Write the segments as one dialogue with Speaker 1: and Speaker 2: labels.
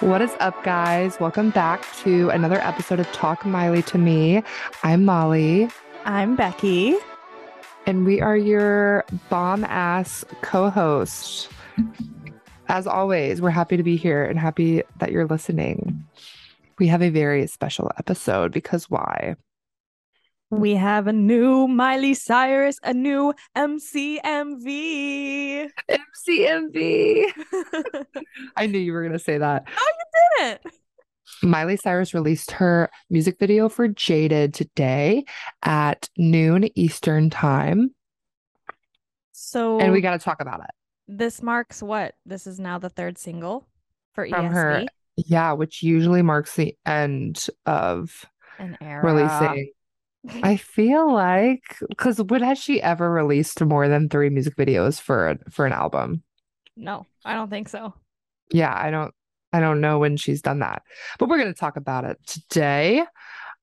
Speaker 1: What is up, guys? Welcome back to another episode of Talk Miley to Me. I'm Molly,
Speaker 2: I'm Becky.
Speaker 1: and we are your bomb ass co host. As always, we're happy to be here and happy that you're listening. We have a very special episode because why?
Speaker 2: We have a new Miley Cyrus, a new MCMV.
Speaker 1: MCMV.
Speaker 2: Did
Speaker 1: I knew you were going to say that.
Speaker 2: it?
Speaker 1: Miley Cyrus released her music video for Jaded today at noon Eastern time.
Speaker 2: So
Speaker 1: And we got to talk about it.
Speaker 2: this marks what? This is now the third single for E
Speaker 1: From
Speaker 2: ESV.
Speaker 1: her Yeah, which usually marks the end of
Speaker 2: An era.
Speaker 1: releasing. I feel like because when has she ever released more than three music videos for a, for an album?
Speaker 2: No, I don't think so.
Speaker 1: Yeah, I don't I don't know when she's done that. But we're going to talk about it today.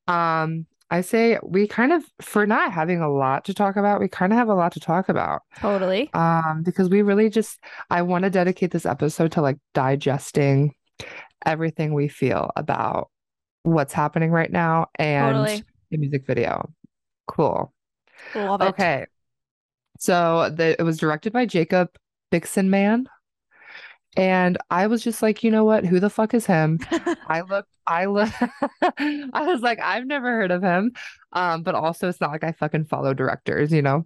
Speaker 1: Um I say we kind of for not having a lot to talk about, we kind of have a lot to talk about.
Speaker 2: Totally.
Speaker 1: um because we really just i want to dedicate this episode to like digesting everything we feel about what's happening right now and
Speaker 2: Totally.
Speaker 1: the music video cool
Speaker 2: Love it.
Speaker 1: okay so the, it was directed by jacob bixenman and i was just like you know what who the fuck is him I looked, I look, I was like, I've never heard of him. Um, but also it's not like I fucking follow directors, you know.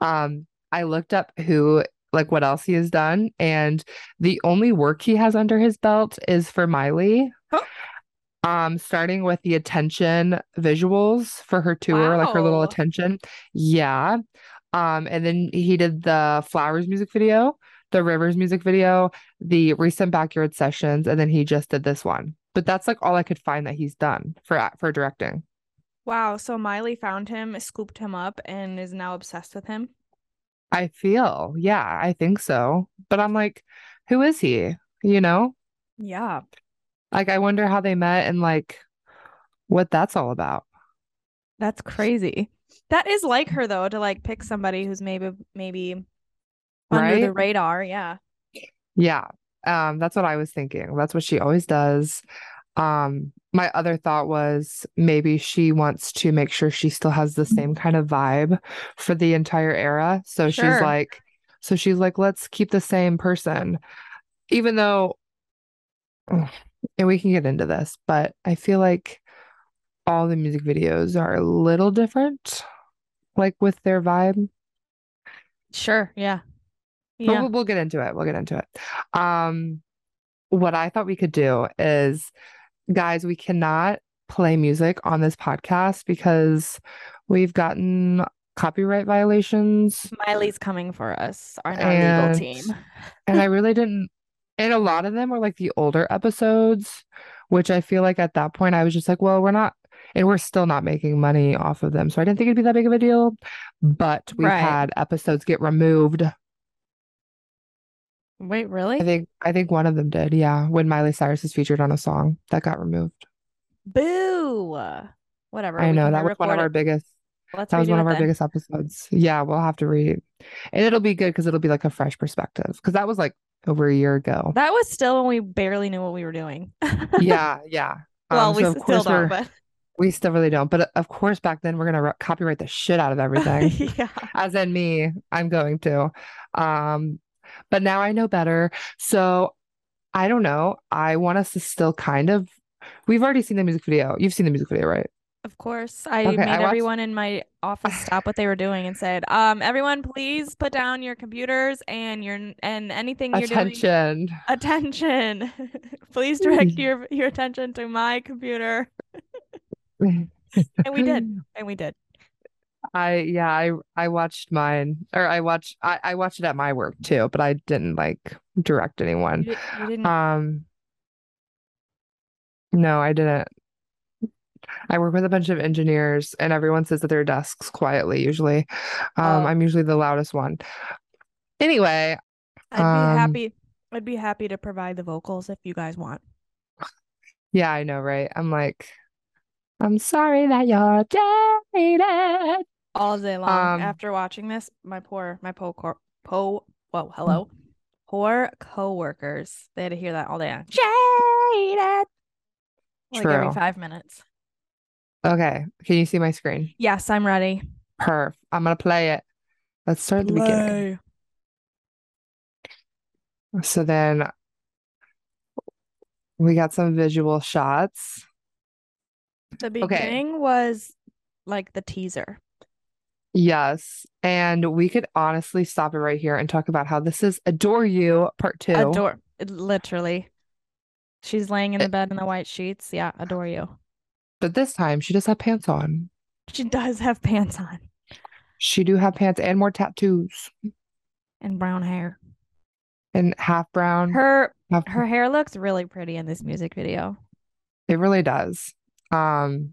Speaker 1: Um, I looked up who like what else he has done, and the only work he has under his belt is for Miley.
Speaker 2: Oh.
Speaker 1: Um, starting with the attention visuals for her tour, like her little
Speaker 2: Wow.
Speaker 1: attention. Yeah. Um, and then he did the Flowers music video, the Rivers music video, the recent backyard sessions, and then he just did this one. But that's like all I could find that he's done for for directing.
Speaker 2: wow. So Miley found him, scooped him up, and is now obsessed with him.
Speaker 1: I feel, yeah, I think so. But I'm like, who is he? You know,
Speaker 2: Yeah.
Speaker 1: like I wonder how they met and like what that's all about.
Speaker 2: That's crazy. That is like her though, to like pick somebody who's maybe maybe under the
Speaker 1: Right?
Speaker 2: radar. Yeah.
Speaker 1: Yeah, um, that's what I was thinking. That's what she always does. Um, my other thought was maybe she wants to make sure she still has the same kind of vibe for the entire era. So she's
Speaker 2: Sure.
Speaker 1: like, so she's like, let's keep the same person, even though, Ugh, and we can get into this, but I feel like all the music videos are a little different, like with their vibe.
Speaker 2: Sure. Yeah.
Speaker 1: But
Speaker 2: Yeah.
Speaker 1: we'll, we'll get into it. We'll get into it. Um, what I thought we could do is, guys, we cannot play music on this podcast because we've gotten copyright violations,
Speaker 2: Miley's coming for us, our non-legal
Speaker 1: And-
Speaker 2: team.
Speaker 1: and I really didn't. And a lot of them were like the older episodes, which I feel like at that point I was just like, well, we're not, and we're still not making money off of them, so I didn't think it'd be that big of a deal. But we've
Speaker 2: Right.
Speaker 1: had episodes get removed.
Speaker 2: Wait, really?
Speaker 1: I think I think one of them did, yeah. When Miley Cyrus is featured on a song that got removed.
Speaker 2: Boo. Whatever.
Speaker 1: I
Speaker 2: we
Speaker 1: know
Speaker 2: can
Speaker 1: that was one of
Speaker 2: re-record
Speaker 1: our
Speaker 2: it.
Speaker 1: biggest
Speaker 2: Let's
Speaker 1: that was
Speaker 2: redo
Speaker 1: one
Speaker 2: it
Speaker 1: of our
Speaker 2: then.
Speaker 1: biggest episodes. Yeah, we'll have to read. And it'll be good because it'll be like a fresh perspective. Cause that was like over a year ago.
Speaker 2: That was still when we barely knew what we were doing.
Speaker 1: yeah, yeah.
Speaker 2: well,
Speaker 1: Um,
Speaker 2: we
Speaker 1: so of
Speaker 2: still
Speaker 1: course
Speaker 2: don't,
Speaker 1: we're-
Speaker 2: but
Speaker 1: we still really don't. But uh, of course back then we're gonna re- copyright the shit out of everything.
Speaker 2: yeah.
Speaker 1: as in me i'm going to um but now i know better so i don't know i want us to still kind of we've already seen the music video you've seen the music video right
Speaker 2: Of course, I
Speaker 1: Okay,
Speaker 2: made
Speaker 1: I watched-
Speaker 2: everyone in my office stop what they were doing and said, "Um, everyone, please put down your computers and your and anything you're doing.
Speaker 1: attention
Speaker 2: Attention, please direct
Speaker 1: Mm.
Speaker 2: your your attention to my computer." And we did, and we did.
Speaker 1: i yeah i i watched mine or i watched i, I watched it at my work too but i didn't like direct anyone
Speaker 2: You, di- you didn't.
Speaker 1: Um, no, I didn't. I work with a bunch of engineers, and everyone sits at their desks quietly usually.
Speaker 2: Oh.
Speaker 1: Um, I'm usually the loudest one. Anyway,
Speaker 2: I'd be
Speaker 1: um,
Speaker 2: happy. I'd be happy to provide the vocals if you guys want.
Speaker 1: yeah, I know, right? I'm like, I'm sorry that you're jaded.
Speaker 2: all day long.
Speaker 1: Um,
Speaker 2: After watching this, my poor, my po, cor-
Speaker 1: Mm.
Speaker 2: po, whoa, hello, poor coworkers. They had to hear that all day long. it. Like every
Speaker 1: True.
Speaker 2: five minutes.
Speaker 1: Okay. Can you see my screen?
Speaker 2: Yes, I'm ready.
Speaker 1: Perf. I'm gonna play it. Let's start at the beginning.
Speaker 2: Play.
Speaker 1: So then we got some visual shots.
Speaker 2: The
Speaker 1: Okay.
Speaker 2: beginning was like the teaser.
Speaker 1: Yes. And we could honestly stop it right here and talk about how this is Adore You Part Two.
Speaker 2: Adore literally. She's laying in the
Speaker 1: It-
Speaker 2: bed in the white sheets. Yeah, adore you.
Speaker 1: But this time she just had pants on.
Speaker 2: She does have pants on
Speaker 1: She do have pants and more tattoos
Speaker 2: and brown hair.
Speaker 1: and half brown.
Speaker 2: Her
Speaker 1: half-
Speaker 2: her hair looks really pretty in this music video.
Speaker 1: It really does. Um,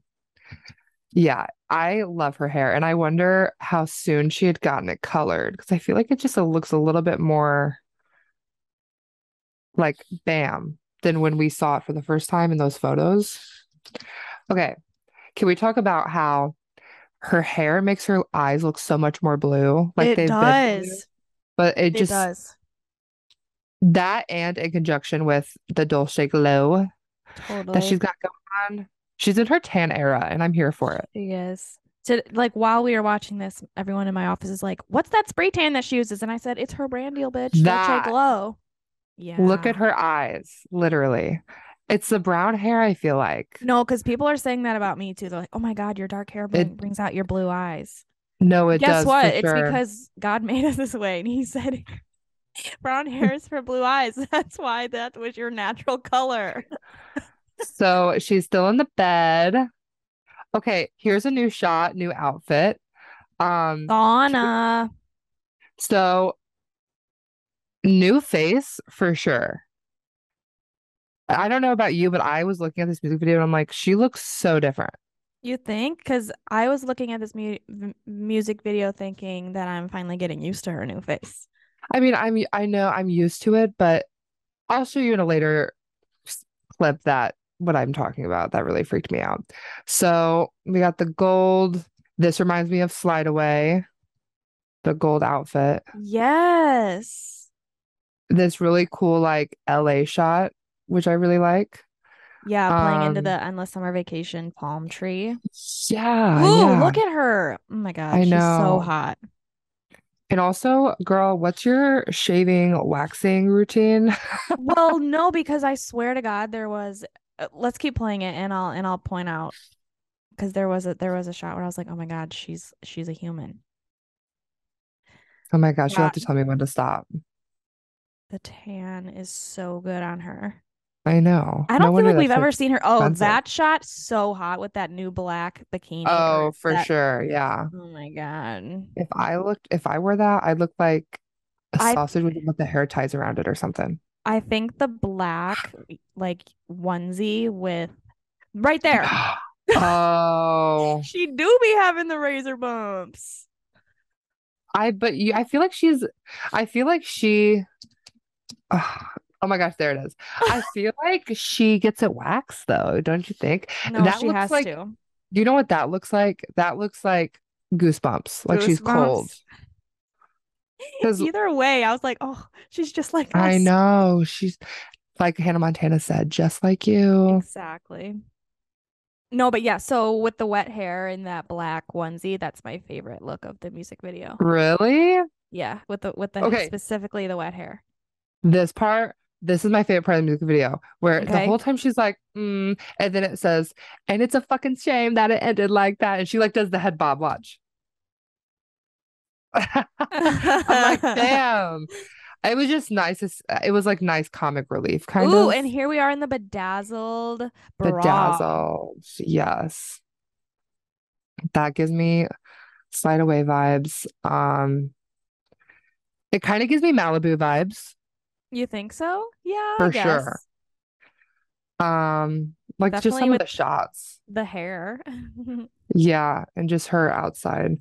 Speaker 1: yeah, I love her hair, and I wonder how soon she had gotten it colored because I feel like it just uh, looks a little bit more like bam than when we saw it for the first time in those photos. Okay, can we talk about how her hair makes her eyes look so much more blue? Like
Speaker 2: it
Speaker 1: they've been blue,
Speaker 2: does.
Speaker 1: but
Speaker 2: It,
Speaker 1: it just
Speaker 2: does.
Speaker 1: that and in conjunction with the Dolce Glow
Speaker 2: Totally.
Speaker 1: that she's got going on. She's in her tan era, and I'm here for it.
Speaker 2: She is. So, like, while we were watching this, everyone in my office is like, "What's that spray tan that she uses?" And I said, "It's her brand deal, bitch.
Speaker 1: That.
Speaker 2: Dolce Glow." Yeah.
Speaker 1: Look at her eyes, literally. It's the brown hair, I feel like.
Speaker 2: No, because people are saying that about me too. They're like, "Oh my God, your dark hair bring-
Speaker 1: It-
Speaker 2: brings out your blue eyes."
Speaker 1: No, it
Speaker 2: Guess
Speaker 1: does. for
Speaker 2: what? It's
Speaker 1: sure.
Speaker 2: because God made us this way, and He said, "Brown hair is for blue eyes. That's why that was your natural color."
Speaker 1: So she's still in the bed. Okay, here's a new shot, new outfit. Um,
Speaker 2: Oh. Donna.
Speaker 1: so new face for sure. I don't know about you, but I was looking at this music video and I'm like, she looks so different.
Speaker 2: You think? Because I was looking at this mu- m- music video thinking that I'm finally getting used to her new face.
Speaker 1: I mean, I'm I know I'm used to it, but I'll show you in a later s- clip that what I'm talking about that really freaked me out. So we got the gold. This reminds me of Slide Away, the gold outfit.
Speaker 2: Yes.
Speaker 1: This really cool like LA shot, which I really like.
Speaker 2: Yeah, playing into
Speaker 1: Um,
Speaker 2: the endless summer vacation palm tree.
Speaker 1: Yeah,
Speaker 2: Ooh,
Speaker 1: Uh, yeah.
Speaker 2: look at her. Oh my God.
Speaker 1: I
Speaker 2: she's so
Speaker 1: know.
Speaker 2: hot.
Speaker 1: and also, girl, what's your shaving waxing routine?
Speaker 2: Well, no, because I swear to God, there was uh, let's keep playing it and I'll and I'll point out because there was a there was a shot where I was like, oh my God, she's she's a human.
Speaker 1: Oh my gosh, you'll have to
Speaker 2: Yeah.
Speaker 1: tell me when to stop.
Speaker 2: The tan is so good on her.
Speaker 1: I know.
Speaker 2: I don't
Speaker 1: No
Speaker 2: feel
Speaker 1: wonder
Speaker 2: like we've
Speaker 1: that's,
Speaker 2: ever seen her. Oh,
Speaker 1: expensive.
Speaker 2: that shot so hot with that new black bikini. or
Speaker 1: Oh, for
Speaker 2: that-
Speaker 1: sure. Yeah.
Speaker 2: Oh my God.
Speaker 1: If I looked, if I wore that, I'd look like a
Speaker 2: I-
Speaker 1: sausage with with the hair ties around it or something.
Speaker 2: I think the black like onesie with right there.
Speaker 1: Oh,
Speaker 2: She do be having the razor bumps.
Speaker 1: I but you, I feel like she's, I feel like she. Ugh. oh my gosh, there it is. I feel like she gets it waxed though, don't you think?
Speaker 2: No,
Speaker 1: That
Speaker 2: she
Speaker 1: looks
Speaker 2: has
Speaker 1: like-
Speaker 2: to.
Speaker 1: You know what that looks like? That looks like goosebumps. Like she's cold.
Speaker 2: Goosebumps.
Speaker 1: 'Cause-
Speaker 2: Either way, I was like, oh, she's just like
Speaker 1: I
Speaker 2: us.
Speaker 1: know. She's like Hannah Montana said, just like you.
Speaker 2: Exactly. No, but yeah, so with the wet hair and that black onesie, that's my favorite look of the music video.
Speaker 1: Really?
Speaker 2: Yeah, with the with the
Speaker 1: Okay.
Speaker 2: specifically the wet hair.
Speaker 1: this part this is my favorite part of the music video where
Speaker 2: Okay.
Speaker 1: the whole time she's like mm, and then it says and it's a fucking shame that it ended like that and she like does the head bob watch i'm like damn it was just nice to s- it was like nice comic relief kind
Speaker 2: Ooh,
Speaker 1: of
Speaker 2: and here we are in the bedazzled bra.
Speaker 1: bedazzled yes that gives me slide away vibes um it kind of gives me malibu vibes
Speaker 2: You think so? Yeah, I
Speaker 1: For
Speaker 2: guess.
Speaker 1: sure. um like just
Speaker 2: Definitely
Speaker 1: some
Speaker 2: with-
Speaker 1: of the shots
Speaker 2: The hair.
Speaker 1: Yeah, and just her outside.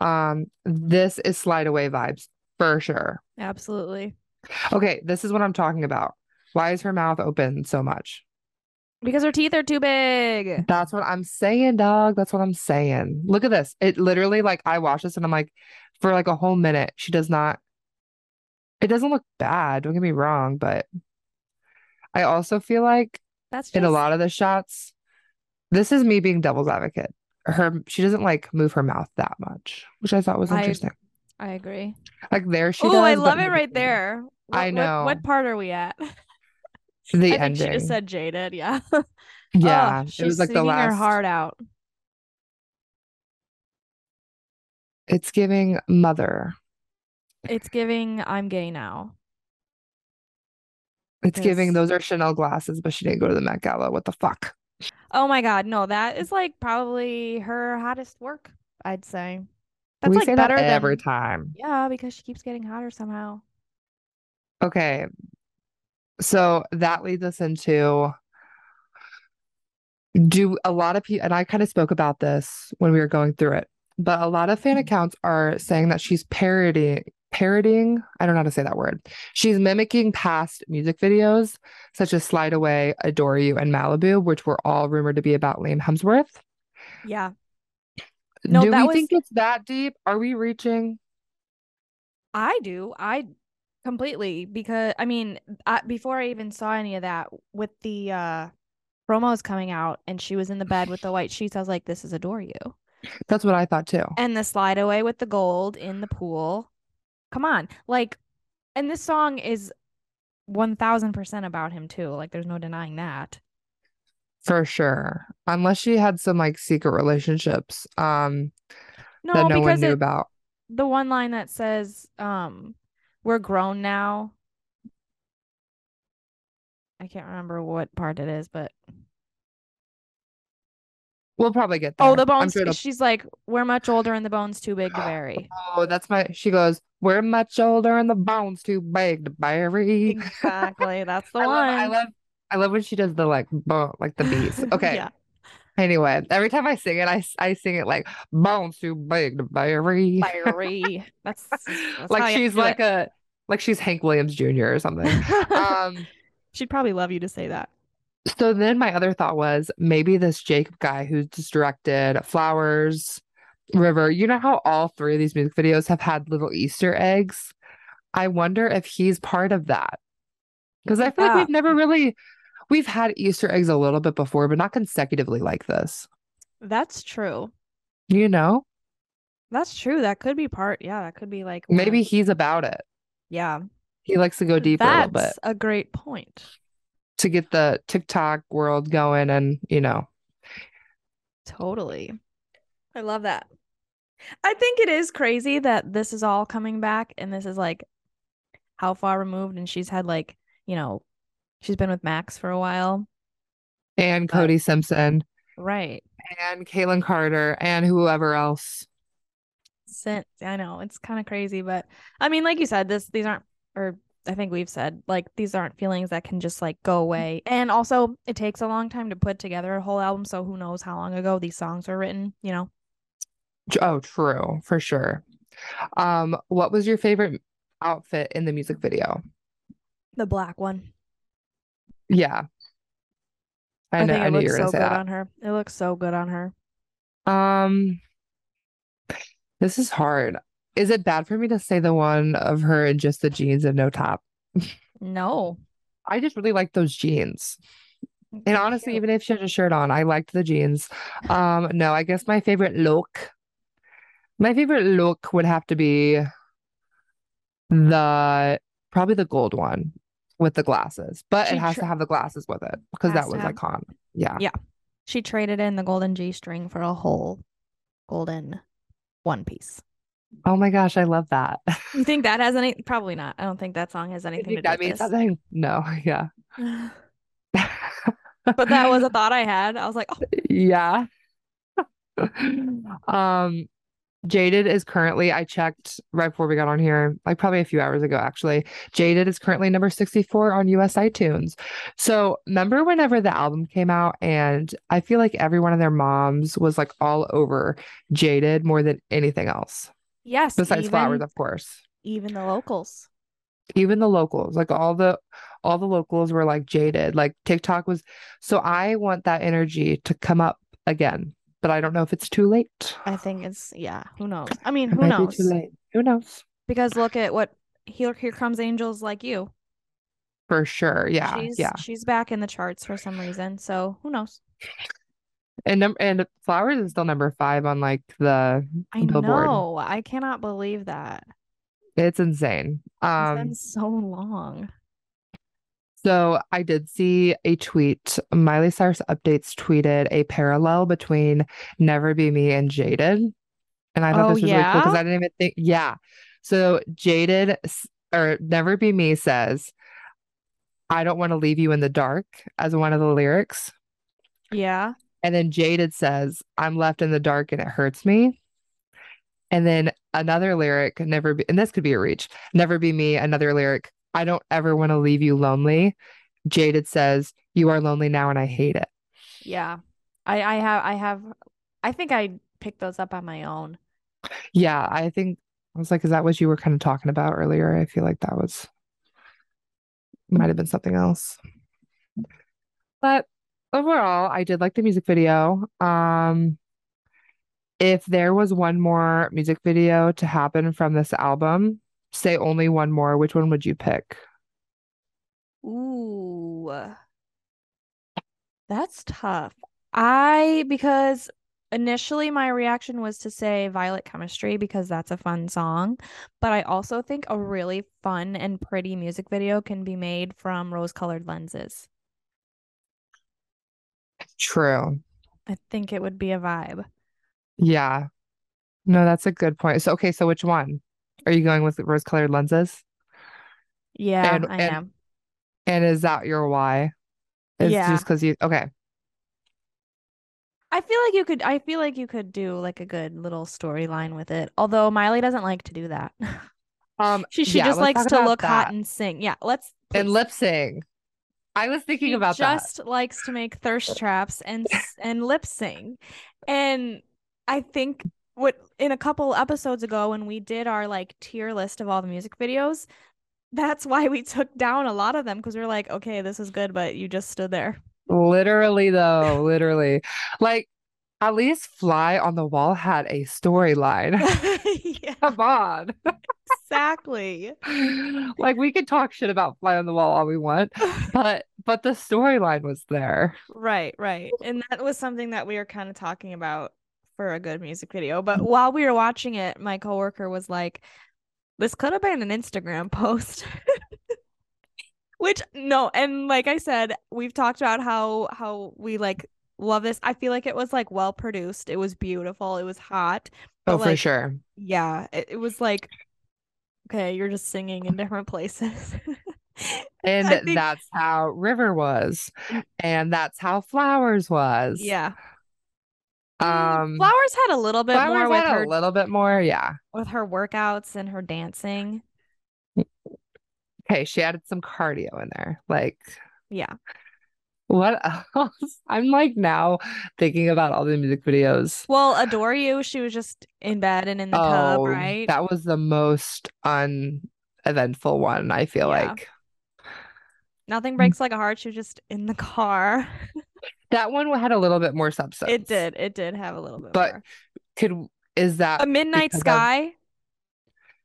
Speaker 1: Um, this is slide away vibes for sure.
Speaker 2: Absolutely.
Speaker 1: Okay, this is what I'm talking about. Why is her mouth open so much?
Speaker 2: Because her teeth are too big.
Speaker 1: That's what I'm saying, dog. That's what I'm saying. Look at this. It literally, like, I watched this and I'm like, for like a whole minute, she does not. It doesn't look bad. Don't get me wrong, but I also feel like
Speaker 2: That's just
Speaker 1: in a lot of the shots. This is me being devil's advocate. Her she doesn't like move her mouth that much, which I thought was
Speaker 2: I-
Speaker 1: interesting.
Speaker 2: I agree.
Speaker 1: Like there she
Speaker 2: Oh, I
Speaker 1: does, but
Speaker 2: love it
Speaker 1: maybe
Speaker 2: right there. What,
Speaker 1: I
Speaker 2: what-
Speaker 1: know.
Speaker 2: What, part are we at?
Speaker 1: The
Speaker 2: I think
Speaker 1: ending.
Speaker 2: she just said jaded. Yeah. Oh,
Speaker 1: yeah,
Speaker 2: she's
Speaker 1: it was like the
Speaker 2: singing
Speaker 1: last.
Speaker 2: her heart out.
Speaker 1: It's giving mother.
Speaker 2: It's giving I'm gay now.
Speaker 1: It's giving
Speaker 2: Yes.
Speaker 1: those are Chanel glasses, but she didn't go to the Met Gala. What the fuck?
Speaker 2: Oh my God, no, that is like probably her hottest work, I'd say. That's
Speaker 1: we
Speaker 2: like
Speaker 1: say
Speaker 2: better
Speaker 1: that every
Speaker 2: than
Speaker 1: time.
Speaker 2: yeah, because she keeps getting hotter somehow.
Speaker 1: Okay. So that leads us into do a lot of people, and I kind of spoke about this when we were going through it, but a lot of fan
Speaker 2: Mhm.
Speaker 1: accounts are saying that she's parodying, parodying, I don't know how to say that word. She's mimicking past music videos such as Slide Away, Adore You, and Malibu, which were all rumored to be about Liam Hemsworth.
Speaker 2: Yeah. No,
Speaker 1: do
Speaker 2: that
Speaker 1: we
Speaker 2: was-
Speaker 1: think it's that deep? Are we reaching?
Speaker 2: I do. I completely because I mean, I, before I even saw any of that with the uh promos coming out and she was in the bed with the white sheets, I was like, this is adore you.
Speaker 1: That's what I thought too.
Speaker 2: And the slide away with the gold in the pool. Come on. Like and this song is 1000% about him too. Like there's no denying that.
Speaker 1: For sure. Unless she had some like secret relationships um
Speaker 2: No,
Speaker 1: that no one
Speaker 2: because
Speaker 1: knew
Speaker 2: it,
Speaker 1: about.
Speaker 2: the one line that says um we're grown now. I can't remember what part it is, but
Speaker 1: We'll probably get there.
Speaker 2: Oh, the
Speaker 1: I'm
Speaker 2: bones.
Speaker 1: sure it'll-
Speaker 2: she's like, we're much older and the bones too big to bury.
Speaker 1: oh, that's my. She goes, "We're much older and the bones too big to bury."
Speaker 2: Exactly. That's the one.
Speaker 1: I love, I love, I love when she does the like, bo- like the beats. Okay.
Speaker 2: yeah.
Speaker 1: Anyway, every time I sing it, I s- I sing it like bones too big to bury.
Speaker 2: Fiery. That's, that's
Speaker 1: like she's like a like she's Hank Williams Jr. or something.
Speaker 2: a.
Speaker 1: um.
Speaker 2: She'd probably love you to say that.
Speaker 1: So then my other thought was maybe this Jacob guy who's just directed Flowers, River, you know how all three of these music videos have had little Easter eggs? I wonder if he's part of that. Because I feel like
Speaker 2: Yeah.
Speaker 1: we've never really we've had Easter eggs a little bit before, but not consecutively like this.
Speaker 2: That's true.
Speaker 1: You know?
Speaker 2: That's true. That could be part. Yeah, that could be like one of-
Speaker 1: Maybe he's about it.
Speaker 2: Yeah,
Speaker 1: He likes to go deeper a little bit
Speaker 2: that's a great point.
Speaker 1: to get the TikTok world going and you know.
Speaker 2: Totally. I love that. I think it is crazy that this is all coming back and this is like how far removed and she's had like, you know, she's been with Max for a while.
Speaker 1: And
Speaker 2: But-
Speaker 1: Cody Simpson
Speaker 2: Right.
Speaker 1: and Kaylin Carter and whoever else.
Speaker 2: Since I know it's kind of crazy, but I mean, like you said, this these aren't or I think we've said like these aren't feelings that can just like go away. And also it takes a long time to put together a whole album, so who knows how long ago these songs were written, you know?
Speaker 1: Tr- Oh, true, for sure. Um, what was your favorite outfit in the music video?
Speaker 2: The black one.
Speaker 1: Yeah. I, know
Speaker 2: think
Speaker 1: I
Speaker 2: it
Speaker 1: knew you
Speaker 2: looks
Speaker 1: were
Speaker 2: so good
Speaker 1: gonna say that.
Speaker 2: on her. It looks so good on her.
Speaker 1: Um this is hard. Is it bad for me to say the one of her in just the jeans and no top?
Speaker 2: No.
Speaker 1: I just really like those jeans. And
Speaker 2: They're
Speaker 1: honestly,
Speaker 2: cute.
Speaker 1: even if she had a shirt on, I liked the jeans. Um, no, I guess my favorite look. My favorite look would have to be the probably the gold one with the glasses, but
Speaker 2: She
Speaker 1: it has
Speaker 2: tr-
Speaker 1: to have the glasses with it because
Speaker 2: Has
Speaker 1: that
Speaker 2: to
Speaker 1: was
Speaker 2: have-
Speaker 1: iconic. Yeah.
Speaker 2: Yeah. She traded in the golden G string for a whole golden one piece.
Speaker 1: Oh my gosh, I love that.
Speaker 2: You think that has any? Probably not. I don't think that song has anything to do
Speaker 1: that
Speaker 2: with
Speaker 1: means
Speaker 2: this.
Speaker 1: something? No, yeah.
Speaker 2: but that was a thought I had. I was like, oh,
Speaker 1: yeah. um Jaded is currently, I checked right before we got on here, like probably a few hours ago, actually. Jaded is currently number 64 on US iTunes. So remember whenever the album came out, and I feel like every one of their moms was like all over Jaded more than anything else,
Speaker 2: yes.
Speaker 1: besides
Speaker 2: even,
Speaker 1: Flowers, of course.
Speaker 2: even the locals.
Speaker 1: Even the locals, like all the all the locals were like jaded. Like TikTok was so I want that energy to come up again, but I don't know if it's too late.
Speaker 2: I think it's, yeah, who knows? I mean,
Speaker 1: It
Speaker 2: who
Speaker 1: might be too
Speaker 2: knows?
Speaker 1: late. Who knows?
Speaker 2: Because look at what Here, Here Comes Angels Like You.
Speaker 1: for sure. Yeah,
Speaker 2: she's,
Speaker 1: yeah.
Speaker 2: She's back in the charts for some reason. So who knows?
Speaker 1: And num- and flowers is still number five on like the.
Speaker 2: I
Speaker 1: Billboard.
Speaker 2: know. I cannot believe that.
Speaker 1: It's insane.
Speaker 2: It's
Speaker 1: Um,
Speaker 2: been so long.
Speaker 1: So I did see a tweet. Miley Cyrus updates tweeted a parallel between "Never Be Me" and "Jaded," and I thought
Speaker 2: Oh,
Speaker 1: this was really cool because
Speaker 2: yeah?
Speaker 1: I didn't even think. Yeah. So "Jaded" s- or "Never Be Me" says, "I don't want to leave you in the dark" as one of the lyrics,
Speaker 2: Yeah.
Speaker 1: and then "Jaded" says, "I'm left in the dark and it hurts me." And then another lyric, never be, and this could be a reach, never be me. Another lyric, I don't ever want to leave you lonely. Jaded says, You are lonely now and I hate it.
Speaker 2: Yeah. I, I have I have I think I picked those up on my own.
Speaker 1: Yeah, I think I was like, Is that what you were kind of talking about earlier? I feel like that was, might have been something else. But overall, I did like the music video. Um, if there was one more music video to happen from this album, say only one more, which one would you pick?
Speaker 2: Ooh. That's tough. I because initially my reaction was to say Violet Chemistry because that's a fun song, but I also think a really fun and pretty music video can be made from rose-colored lenses.
Speaker 1: True.
Speaker 2: I think it would be a vibe.
Speaker 1: Yeah. No, that's a good point. So, okay, so which one? Are you going with rose colored lenses?
Speaker 2: Yeah,
Speaker 1: And-
Speaker 2: I
Speaker 1: and-
Speaker 2: am.
Speaker 1: And is that your why? It's
Speaker 2: Yeah.
Speaker 1: just because you, okay.
Speaker 2: I feel like you could I feel like you could do like a good little storyline with it. Although Miley doesn't like to do that.
Speaker 1: Um,
Speaker 2: She she
Speaker 1: yeah,
Speaker 2: just
Speaker 1: let's
Speaker 2: likes
Speaker 1: talk
Speaker 2: to
Speaker 1: about
Speaker 2: look hot
Speaker 1: that.
Speaker 2: and sing. Yeah, let's
Speaker 1: and
Speaker 2: please.
Speaker 1: lip sync. I was thinking
Speaker 2: She
Speaker 1: about that.
Speaker 2: just likes to make thirst traps and s- and lip sing. And I think what in a couple episodes ago when we did our like tier list of all the music videos, that's why we took down a lot of them because we were like, okay, this is good, but you just stood there.
Speaker 1: Literally, though, literally. Like, at least Fly on the Wall had a storyline.
Speaker 2: yeah,
Speaker 1: Come on.
Speaker 2: exactly.
Speaker 1: Like, we could talk shit about Fly on the Wall all we want, but but the storyline was there.
Speaker 2: Right, right. And that was something that we were kind of talking about for a good music video. But while we were watching it, my coworker was like, this could have been an Instagram post. Which no, and like I said, we've talked about how how we like love this. I feel like it was like well produced. It was beautiful. It was hot. But
Speaker 1: Oh, for
Speaker 2: like
Speaker 1: sure.
Speaker 2: yeah, it, it was like okay, you're just singing in different places.
Speaker 1: And
Speaker 2: I think- Mm.
Speaker 1: that's how River was. And that's how Flowers was.
Speaker 2: yeah. Mm,
Speaker 1: Um,
Speaker 2: Flowers had a little bit more
Speaker 1: Flowers
Speaker 2: with
Speaker 1: had
Speaker 2: her
Speaker 1: a little bit more. Yeah.
Speaker 2: with her workouts and her dancing.
Speaker 1: Okay. She added some cardio in there. Like,
Speaker 2: Yeah.
Speaker 1: what else? I'm like now thinking about all the music videos.
Speaker 2: Well, adore you. She was just in bed and in the tub,
Speaker 1: oh,
Speaker 2: right?
Speaker 1: that was the most uneventful one, I feel
Speaker 2: Yeah.
Speaker 1: like.
Speaker 2: Nothing
Speaker 1: Mm-hmm.
Speaker 2: breaks like a heart. She was just in the car.
Speaker 1: That one had a little bit more substance.
Speaker 2: It did. It did have a little bit
Speaker 1: But
Speaker 2: more.
Speaker 1: Could, is that
Speaker 2: A midnight
Speaker 1: because of
Speaker 2: sky.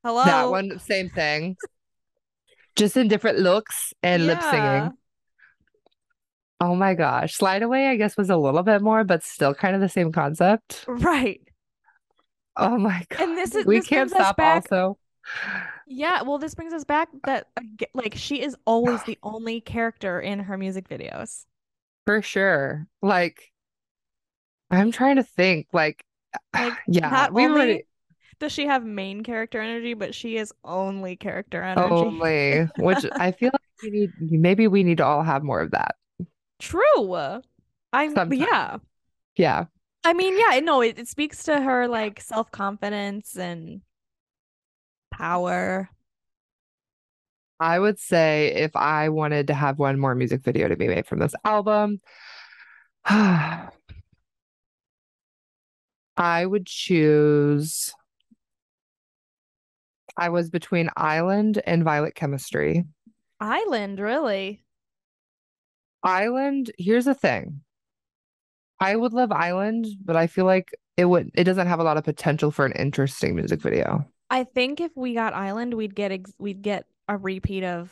Speaker 2: Hello.
Speaker 1: that one? Same thing. Just in different looks and lip
Speaker 2: Yeah.
Speaker 1: singing. Oh my gosh. Slide Away, I guess, was a little bit more, but still kind of the same concept.
Speaker 2: Right.
Speaker 1: Oh my God.
Speaker 2: And this is
Speaker 1: we
Speaker 2: this
Speaker 1: can't
Speaker 2: brings us
Speaker 1: stop
Speaker 2: back-
Speaker 1: also.
Speaker 2: Yeah, well, this brings us back that ag- like she is always the only character in her music videos.
Speaker 1: For sure. Like, I'm trying to think. Like,
Speaker 2: Like,
Speaker 1: yeah,
Speaker 2: Not
Speaker 1: we
Speaker 2: only
Speaker 1: already
Speaker 2: does she have main character energy, but she is only character
Speaker 1: Oh
Speaker 2: energy.
Speaker 1: only, which I feel like we need, maybe we need to all have more of that.
Speaker 2: True. I'm
Speaker 1: Sometimes.
Speaker 2: yeah.
Speaker 1: Yeah.
Speaker 2: I mean, yeah, no, it, it speaks to her like self-confidence and power.
Speaker 1: I would say if I wanted to have one more music video to be made from this album, I would choose. I was between Island and Violet Chemistry.
Speaker 2: Island, really.
Speaker 1: Island, here's the thing. I would love Island, but I feel like it would it doesn't have a lot of potential for an interesting music video.
Speaker 2: I think if we got Island, we'd get ex- we'd get a repeat of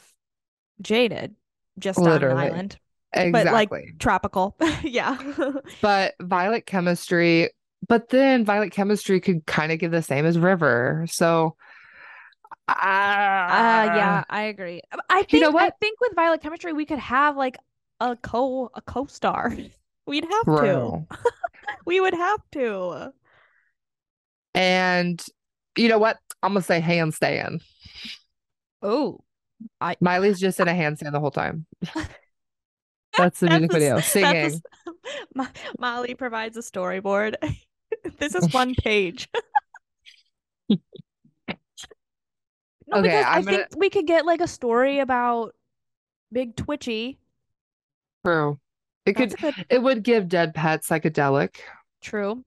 Speaker 2: Jaded. just on an
Speaker 1: Literally.
Speaker 2: island,
Speaker 1: Exactly.
Speaker 2: like, tropical. yeah. Uh,
Speaker 1: but violet chemistry but then violet chemistry could kind of give the same as river so
Speaker 2: Uh,
Speaker 1: ah
Speaker 2: yeah, I agree. I- I think
Speaker 1: You know
Speaker 2: I
Speaker 1: what?
Speaker 2: think with Violet Chemistry we could have like a co a co-star. We'd have to.
Speaker 1: true.
Speaker 2: We would have to.
Speaker 1: and you know what i'm gonna say handstand
Speaker 2: Oh,
Speaker 1: miley's just in a handstand the whole time that's the
Speaker 2: That's
Speaker 1: music
Speaker 2: a s-
Speaker 1: video
Speaker 2: that's a
Speaker 1: singing
Speaker 2: s- Mo- Molly provides a storyboard. this is one page. no,
Speaker 1: Okay,
Speaker 2: because I
Speaker 1: I'm gonna-
Speaker 2: think we could get like a story about Big Twitchy.
Speaker 1: true it
Speaker 2: That's
Speaker 1: could
Speaker 2: a good,
Speaker 1: it would give dead pet psychedelic
Speaker 2: true.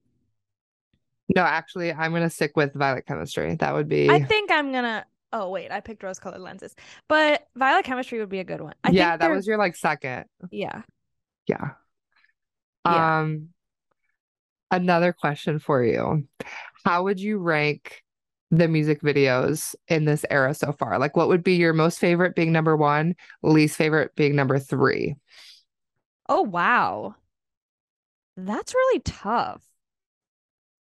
Speaker 1: no actually i'm gonna stick with violet chemistry that would be
Speaker 2: I think I'm gonna. Oh wait, I picked rose colored lenses, but violet chemistry would be a good one. I
Speaker 1: yeah
Speaker 2: think
Speaker 1: that
Speaker 2: they're-
Speaker 1: was your like second
Speaker 2: yeah.
Speaker 1: Yeah.
Speaker 2: Yeah.
Speaker 1: Um, another question for you. How would you rank the music videos in this era so far? Like, what would be your most favorite being number one, least favorite being number three?
Speaker 2: Oh wow, that's really tough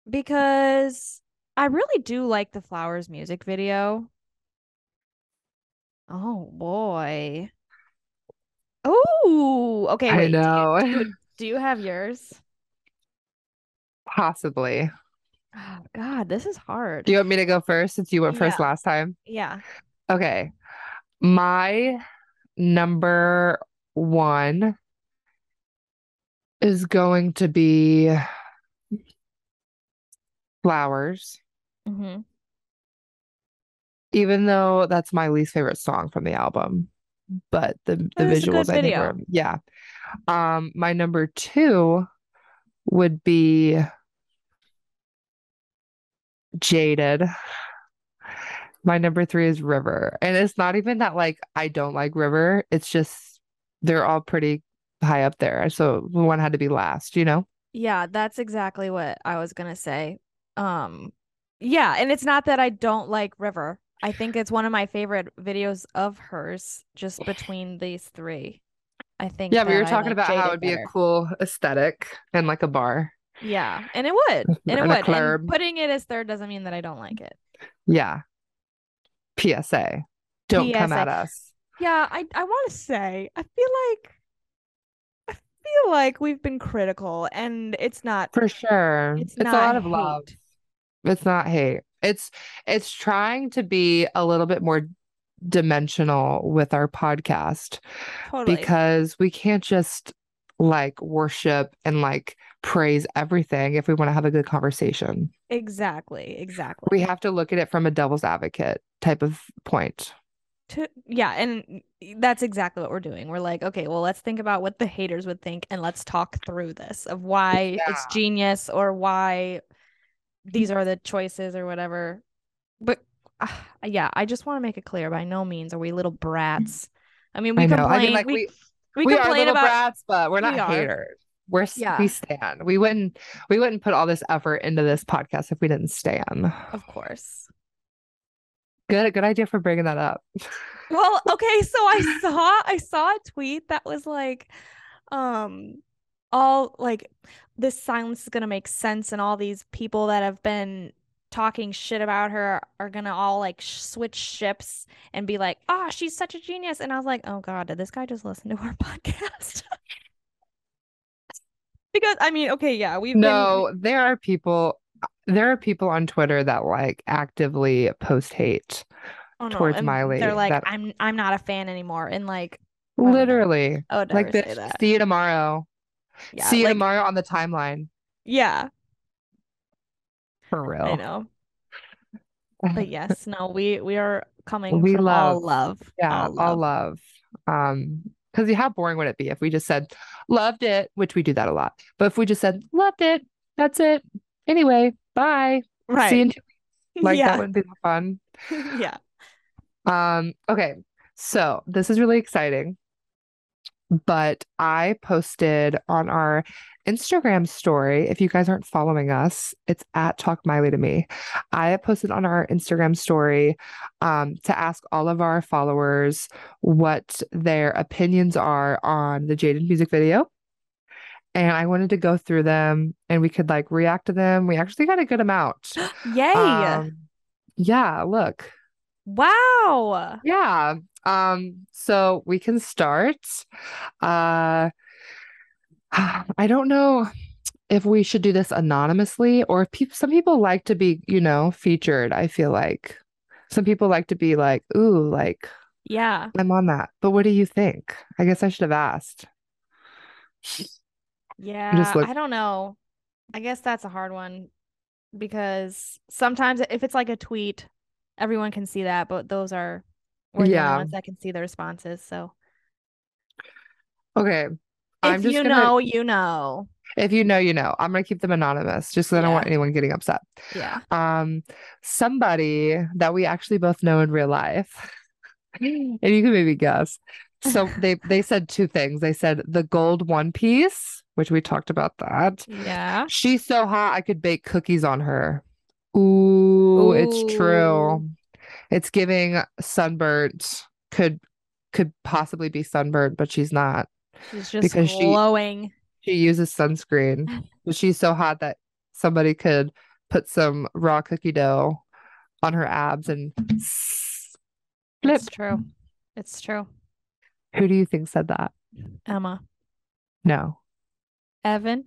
Speaker 2: because I really do like the flowers music video. Oh boy. Oh, okay.
Speaker 1: I
Speaker 2: Wait, do you-
Speaker 1: know.
Speaker 2: Do you, do you have yours?
Speaker 1: Possibly.
Speaker 2: Oh God, this is hard.
Speaker 1: Do you want me to go first since you went first
Speaker 2: Yeah.
Speaker 1: last time?
Speaker 2: yeah.
Speaker 1: Okay. My number one is going to be flowers.
Speaker 2: hmm
Speaker 1: even though that's my least favorite song from the album but the the
Speaker 2: But it's a good
Speaker 1: visuals I think were yeah um my number 2 would be Jaded my number 3 is River and it's not even that like I don't like River it's just they're all pretty high up there so one had to be last you know
Speaker 2: Yeah, that's exactly what I was gonna say. Um, yeah, and it's not that I don't like River. I think it's one of my favorite videos of hers, just between these three. I think
Speaker 1: yeah we
Speaker 2: that
Speaker 1: were
Speaker 2: I
Speaker 1: talking
Speaker 2: like
Speaker 1: about how
Speaker 2: Jaded
Speaker 1: it would be
Speaker 2: better.
Speaker 1: a cool aesthetic and like a bar
Speaker 2: Yeah, and it would, and it
Speaker 1: And a
Speaker 2: would. And
Speaker 1: club.
Speaker 2: putting it as third doesn't mean that I don't like it.
Speaker 1: yeah PSA don't come
Speaker 2: PSA.
Speaker 1: at us
Speaker 2: Yeah, I I want to say I feel like I feel like we've been critical, and it's not
Speaker 1: For sure.
Speaker 2: it's
Speaker 1: It's,
Speaker 2: not
Speaker 1: a lot of love.
Speaker 2: hate.
Speaker 1: It's not hate. It's it's trying to be a little bit more dimensional with our podcast
Speaker 2: totally.
Speaker 1: because we can't just like worship and like praise everything if we want to have a good conversation.
Speaker 2: exactly, exactly.
Speaker 1: We have to look at it from a devil's advocate type of point.
Speaker 2: to yeah and that's exactly what we're doing we're like okay well let's think about what the haters would think and let's talk through this of why it's
Speaker 1: Yeah.
Speaker 2: genius or why these are the choices or whatever but uh, yeah i just want to make it clear by no means are we little brats i mean we
Speaker 1: I know.
Speaker 2: complain
Speaker 1: I mean like
Speaker 2: we,
Speaker 1: we
Speaker 2: we,
Speaker 1: are
Speaker 2: complain
Speaker 1: little
Speaker 2: about
Speaker 1: brats, but we're
Speaker 2: we
Speaker 1: not
Speaker 2: are.
Speaker 1: haters. We're s-
Speaker 2: Yeah.
Speaker 1: we stand. We wouldn't we wouldn't put all this effort into this podcast if we didn't stand.
Speaker 2: of course
Speaker 1: Good, good idea for bringing that up.
Speaker 2: well okay so i saw i saw a tweet that was like um all like this silence is gonna make sense and all these people that have been talking shit about her are gonna all like sh- switch ships and be like oh she's such a genius and i was like oh god did this guy just listen to our podcast because i mean okay yeah we've
Speaker 1: No, there are people. There are people on Twitter that like actively post hate.
Speaker 2: been oh, no,
Speaker 1: towards
Speaker 2: and
Speaker 1: Miley
Speaker 2: they're like
Speaker 1: that-
Speaker 2: i'm i'm not a fan anymore and like I don't know.
Speaker 1: Literally,
Speaker 2: i would never
Speaker 1: like
Speaker 2: say
Speaker 1: this.
Speaker 2: that
Speaker 1: See you tomorrow.
Speaker 2: yeah
Speaker 1: See you
Speaker 2: like,
Speaker 1: tomorrow on the timeline.
Speaker 2: yeah
Speaker 1: For
Speaker 2: I
Speaker 1: real.
Speaker 2: know. But yes, no, we we are coming
Speaker 1: We
Speaker 2: from all
Speaker 1: love-
Speaker 2: love.
Speaker 1: Yeah,
Speaker 2: all
Speaker 1: all
Speaker 2: love.
Speaker 1: love. Um, because how boring would it be if we just said loved it, which we do that a lot. But if we just said loved it, that's it. Anyway, bye.
Speaker 2: Right.
Speaker 1: See you. in two- Like that
Speaker 2: yeah.
Speaker 1: wouldn't be that fun.
Speaker 2: yeah.
Speaker 1: Um, okay. So this is really exciting. but I posted on our Instagram story. If you guys aren't following us, it's at Talk Miley to Me. I posted on our Instagram story um, to ask all of our followers what their opinions are on the Jaden music video. And I wanted to go through them and we could like react to them. We actually got a good amount.
Speaker 2: Yay.
Speaker 1: Um, yeah, look.
Speaker 2: wow.
Speaker 1: Yeah. Um, so we can start. Uh, I don't know if we should do this anonymously or if peop some people like to be, you know, featured. I feel like some people like to be like, ooh, like
Speaker 2: Yeah.
Speaker 1: I'm on that. But what do you think? I guess I should have asked.
Speaker 2: Yeah.
Speaker 1: look-
Speaker 2: I don't know. I guess that's a hard one because sometimes if it's like a tweet, everyone can see that, but those are we're the
Speaker 1: Yeah.
Speaker 2: only ones that can see the responses. So
Speaker 1: Okay. I'm
Speaker 2: if
Speaker 1: just
Speaker 2: you
Speaker 1: gonna,
Speaker 2: know, you know.
Speaker 1: if you know, you know. I'm gonna keep them anonymous just so I don't
Speaker 2: Yeah.
Speaker 1: want anyone getting upset.
Speaker 2: Yeah.
Speaker 1: Um, somebody that we actually both know in real life. and you can maybe guess. So they they said two things. They said the gold one piece, which we talked about that.
Speaker 2: Yeah.
Speaker 1: She's so hot I could bake cookies on her. Ooh, it's true.
Speaker 2: Ooh.
Speaker 1: It's giving sunburnt. Could could possibly be sunburnt, but she's not.
Speaker 2: She's just
Speaker 1: Because she-
Speaker 2: glowing.
Speaker 1: She uses sunscreen, but she's so hot that somebody could put some raw cookie dough on her abs and flip.
Speaker 2: It's true. It's true.
Speaker 1: Who do you think said that?
Speaker 2: Emma.
Speaker 1: No.
Speaker 2: Evan.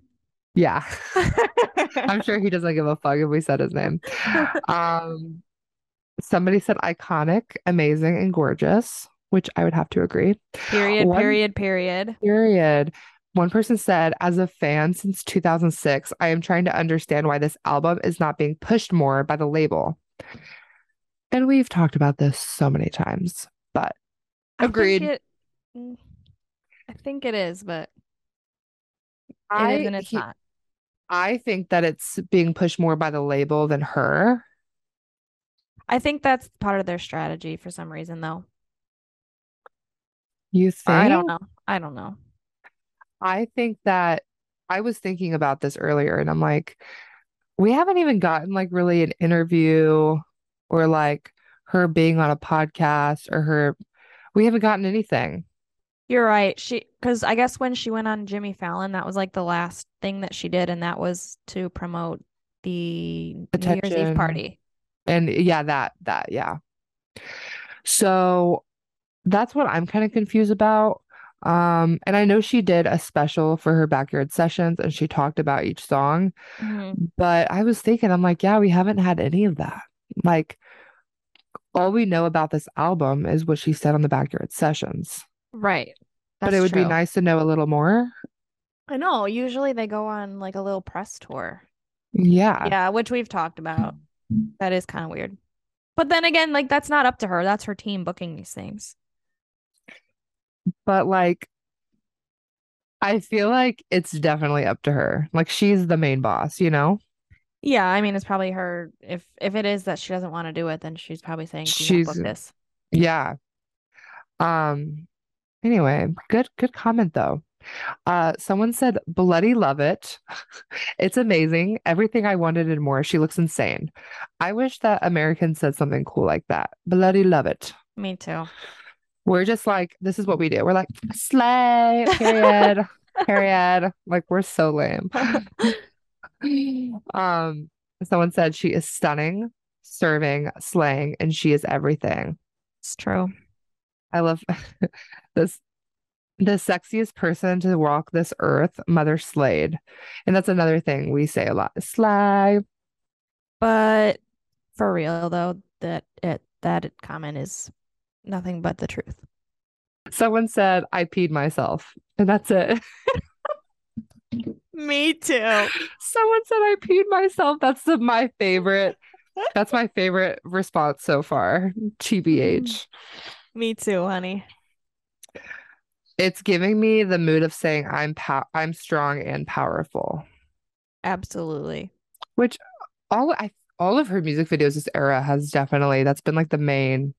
Speaker 1: Yeah. I'm sure he doesn't give a fuck if we said his name. Um, somebody said iconic, amazing, and gorgeous, which I would have to agree.
Speaker 2: period,
Speaker 1: One-
Speaker 2: period, period.
Speaker 1: Period. One person said, as a fan since 2006, I am trying to understand why this album is not being pushed more by the label. And we've talked about this so many times, but
Speaker 2: I think
Speaker 1: agreed.
Speaker 2: it- mm, I think it is, but it is and it's
Speaker 1: he-
Speaker 2: not.
Speaker 1: I think that it's being pushed more by the label than her.
Speaker 2: I think that's part of their strategy for some reason, though.
Speaker 1: You think?
Speaker 2: I don't know. I don't know.
Speaker 1: I think that I was thinking about this earlier and I'm like, we haven't even gotten like really an interview or like her being on a podcast or her, we haven't gotten anything.
Speaker 2: You're right. She, because I guess when she went on Jimmy Fallon, that was like the last thing that she did, and that was to promote the New Year's
Speaker 1: Attention.
Speaker 2: Eve party.
Speaker 1: And yeah, that, that, yeah. So that's what I'm kind of confused about. Um, and I know she did a special for her backyard sessions and she talked about each song,
Speaker 2: Mhm.
Speaker 1: but I was thinking, I'm like, yeah, we haven't had any of that. Like, all we know about this album is what she said on the backyard sessions.
Speaker 2: Right.
Speaker 1: but it
Speaker 2: That's
Speaker 1: would be
Speaker 2: true.
Speaker 1: nice to know a little more.
Speaker 2: I know. Usually they go on like a little press tour.
Speaker 1: Yeah.
Speaker 2: Yeah, which we've talked about. That is kind of weird. But then again, like that's not up to her. That's her team booking these things.
Speaker 1: But like, I feel like it's definitely up to her. Like, she's the main boss, you know?
Speaker 2: Yeah, I mean it's probably her if if it is that she doesn't want to do it, then she's probably saying she's book
Speaker 1: She's-
Speaker 2: this.
Speaker 1: Yeah. Um, anyway, good, good comment though. Uh, someone said, bloody love it. It's amazing. Everything I wanted and more. She looks insane. I wish that Americans said something cool like that. Bloody love it.
Speaker 2: Me too.
Speaker 1: We're just like, this is what we do. We're like, slay, period, period. Like, we're so lame. Um, someone said she is stunning, serving, slaying, and she is everything.
Speaker 2: It's true.
Speaker 1: I love this. The sexiest person to walk this earth, Mother Slade. And that's another thing we say a lot. Slay.
Speaker 2: But for real though, that it that comment is nothing but the truth.
Speaker 1: Someone said, I peed myself. And that's it.
Speaker 2: Me too.
Speaker 1: Someone said, I peed myself. That's the, my favorite. That's my favorite response so far. TBH.
Speaker 2: Me too, honey.
Speaker 1: It's giving me the mood of saying I'm pow- I'm strong and powerful.
Speaker 2: Absolutely.
Speaker 1: all I all of her music videos this era has definitely that's been like the main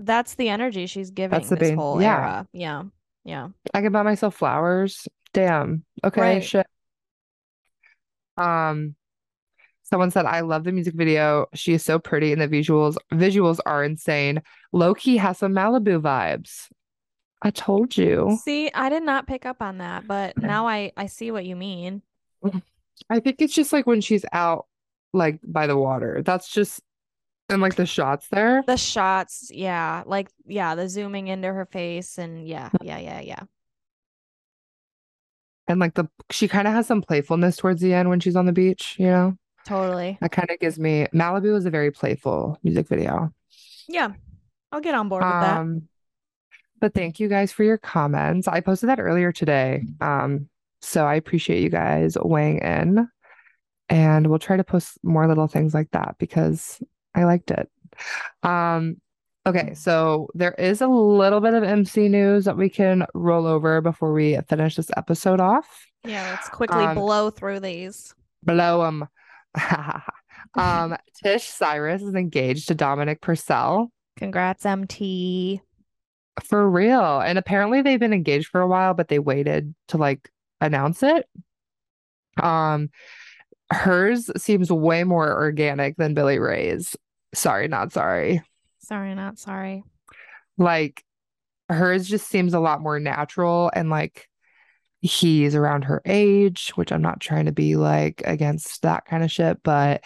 Speaker 2: That's the energy she's giving
Speaker 1: the
Speaker 2: this
Speaker 1: main-
Speaker 2: whole
Speaker 1: yeah.
Speaker 2: era. Yeah. Yeah.
Speaker 1: I can buy myself flowers. Damn. Okay,
Speaker 2: Right.
Speaker 1: shit. Um, someone said, I love the music video. She is so pretty and the visuals visuals are insane. Loki has some Malibu vibes. I told you.
Speaker 2: See, I did not pick up on that, but now I I see what you mean.
Speaker 1: I think it's just like when she's out like by the water. That's just and like the shots there.
Speaker 2: The shots, yeah, like yeah, the zooming into her face and yeah, yeah, yeah, yeah.
Speaker 1: And like the she kind of has some playfulness towards the end when she's on the beach, you know?
Speaker 2: Totally.
Speaker 1: That kind of gives me Malibu is a very playful music video.
Speaker 2: Yeah. I'll get on board with that.
Speaker 1: Um, but thank you guys for your comments. I posted that earlier today. Um, so I appreciate you guys weighing in. And we'll try to post more little things like that because I liked it. Um, okay, so there is a little bit of MC news that we can roll over before we finish this episode off.
Speaker 2: Yeah, let's quickly
Speaker 1: um,
Speaker 2: blow through these.
Speaker 1: Blow 'em. um, Tish Cyrus is engaged to Dominic Purcell.
Speaker 2: Congrats, MT.
Speaker 1: For real. And apparently they've been engaged for a while, but they waited to like announce it. Um hers seems way more organic than Billy Ray's. Sorry, not sorry.
Speaker 2: Sorry, not sorry.
Speaker 1: Like hers just seems a lot more natural and like he's around her age, which I'm not trying to be like against that kind of shit, but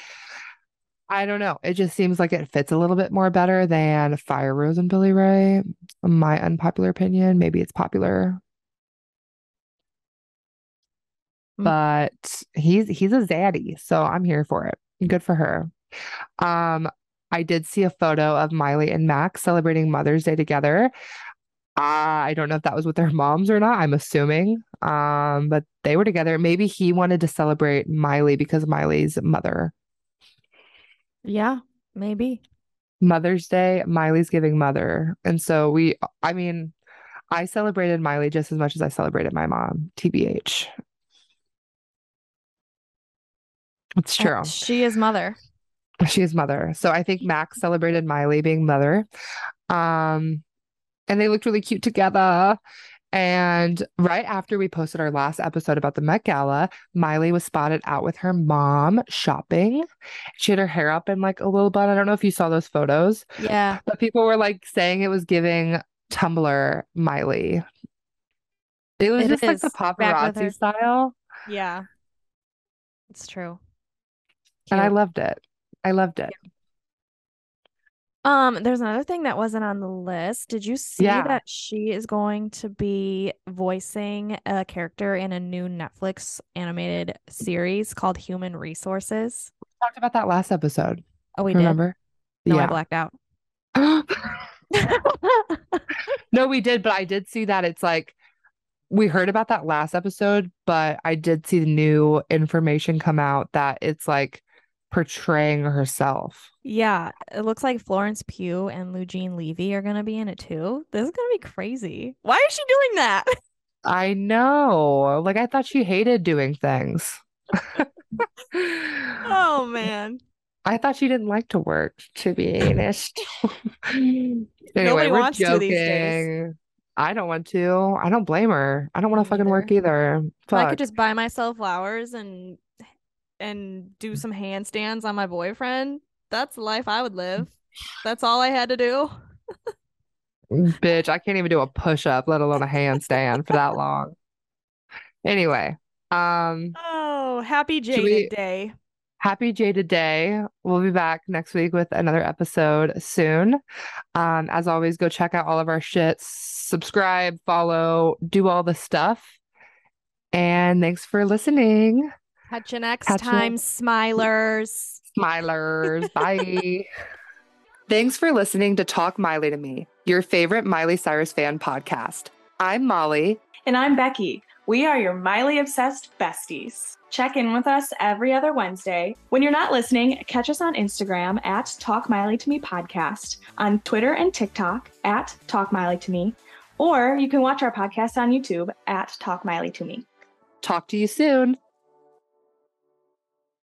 Speaker 1: I don't know. It just seems like it fits a little bit more better than Fire Rose and Billy Ray. My unpopular opinion. Maybe it's popular.
Speaker 2: Mm.
Speaker 1: But he's he's a zaddy, so I'm here for it. Good for her. Um, I did see a photo of Miley and Max celebrating Mother's Day together. Ah, I don't know if that was with their moms or not. I'm assuming. Um, but they were together. Maybe he wanted to celebrate Miley because Miley's mother.
Speaker 2: Yeah, maybe.
Speaker 1: Mother's Day, Miley's giving mother. And so we, I mean, I celebrated Miley just as much as I celebrated my mom, TBH. It's
Speaker 2: Uh,
Speaker 1: true.
Speaker 2: She is mother.
Speaker 1: She is mother. So I think Max celebrated Miley being mother. Um, and they looked really cute together. And right after we posted our last episode about the Met Gala, Miley was spotted out with her mom shopping. She had her hair up in like a little bun. I don't know if you saw those photos,
Speaker 2: Yeah.
Speaker 1: but people were like saying it was giving Tumblr Miley. It was
Speaker 2: It
Speaker 1: just like the
Speaker 2: is. Back with her.
Speaker 1: paparazzi style.
Speaker 2: Yeah. It's true.
Speaker 1: And I
Speaker 2: Cute.
Speaker 1: loved it. I loved it.
Speaker 2: Um, there's another thing that wasn't on the list. Did you see
Speaker 1: Yeah.
Speaker 2: that she is going to be voicing a character in a new Netflix animated series called Human Resources?
Speaker 1: We talked about that last episode.
Speaker 2: Oh, we did.
Speaker 1: remember?
Speaker 2: No, I
Speaker 1: yeah.
Speaker 2: blacked out.
Speaker 1: No, we did, but I did see that it's like we heard about that last episode, but I did see the new information come out that it's like portraying herself.
Speaker 2: Yeah, it looks like Florence Pugh and Lou Jean Levy are gonna be in it too. This is gonna be crazy. Why is she doing that?
Speaker 1: I know. Like I thought she hated doing things.
Speaker 2: Oh man.
Speaker 1: I thought she didn't like to work, to be honest. Anyway,
Speaker 2: Nobody
Speaker 1: we're
Speaker 2: wants to these days.
Speaker 1: joking. I don't want to. I don't blame her. I don't want
Speaker 2: Me
Speaker 1: to fucking work either.
Speaker 2: If I
Speaker 1: Fuck.
Speaker 2: could just buy myself flowers and and do some handstands on my boyfriend, that's the life I would live. That's all I had to do.
Speaker 1: Bitch, I can't even do a push up, let alone a handstand for that long. Anyway, um,
Speaker 2: Oh, happy
Speaker 1: Should
Speaker 2: jaded
Speaker 1: we-
Speaker 2: day.
Speaker 1: happy Jaded Day. We'll be back next week with another episode soon. Um, as always, go check out all of our shit, subscribe, follow, do all the stuff. And thanks for listening,
Speaker 2: Catch you next
Speaker 1: Catch you-
Speaker 2: time, smilers.
Speaker 1: smilers. Bye. Thanks for listening to Talk Miley to Me, your favorite Miley Cyrus fan podcast. I'm Molly.
Speaker 3: And I'm Becky. We are your Miley obsessed besties. Check in with us every other Wednesday. When you're not listening, catch us on Instagram at Talk Miley to Me Podcast, on Twitter and TikTok at Talk Miley to Me, or you can watch our podcast on YouTube at Talk Miley to Me.
Speaker 1: Talk to you soon.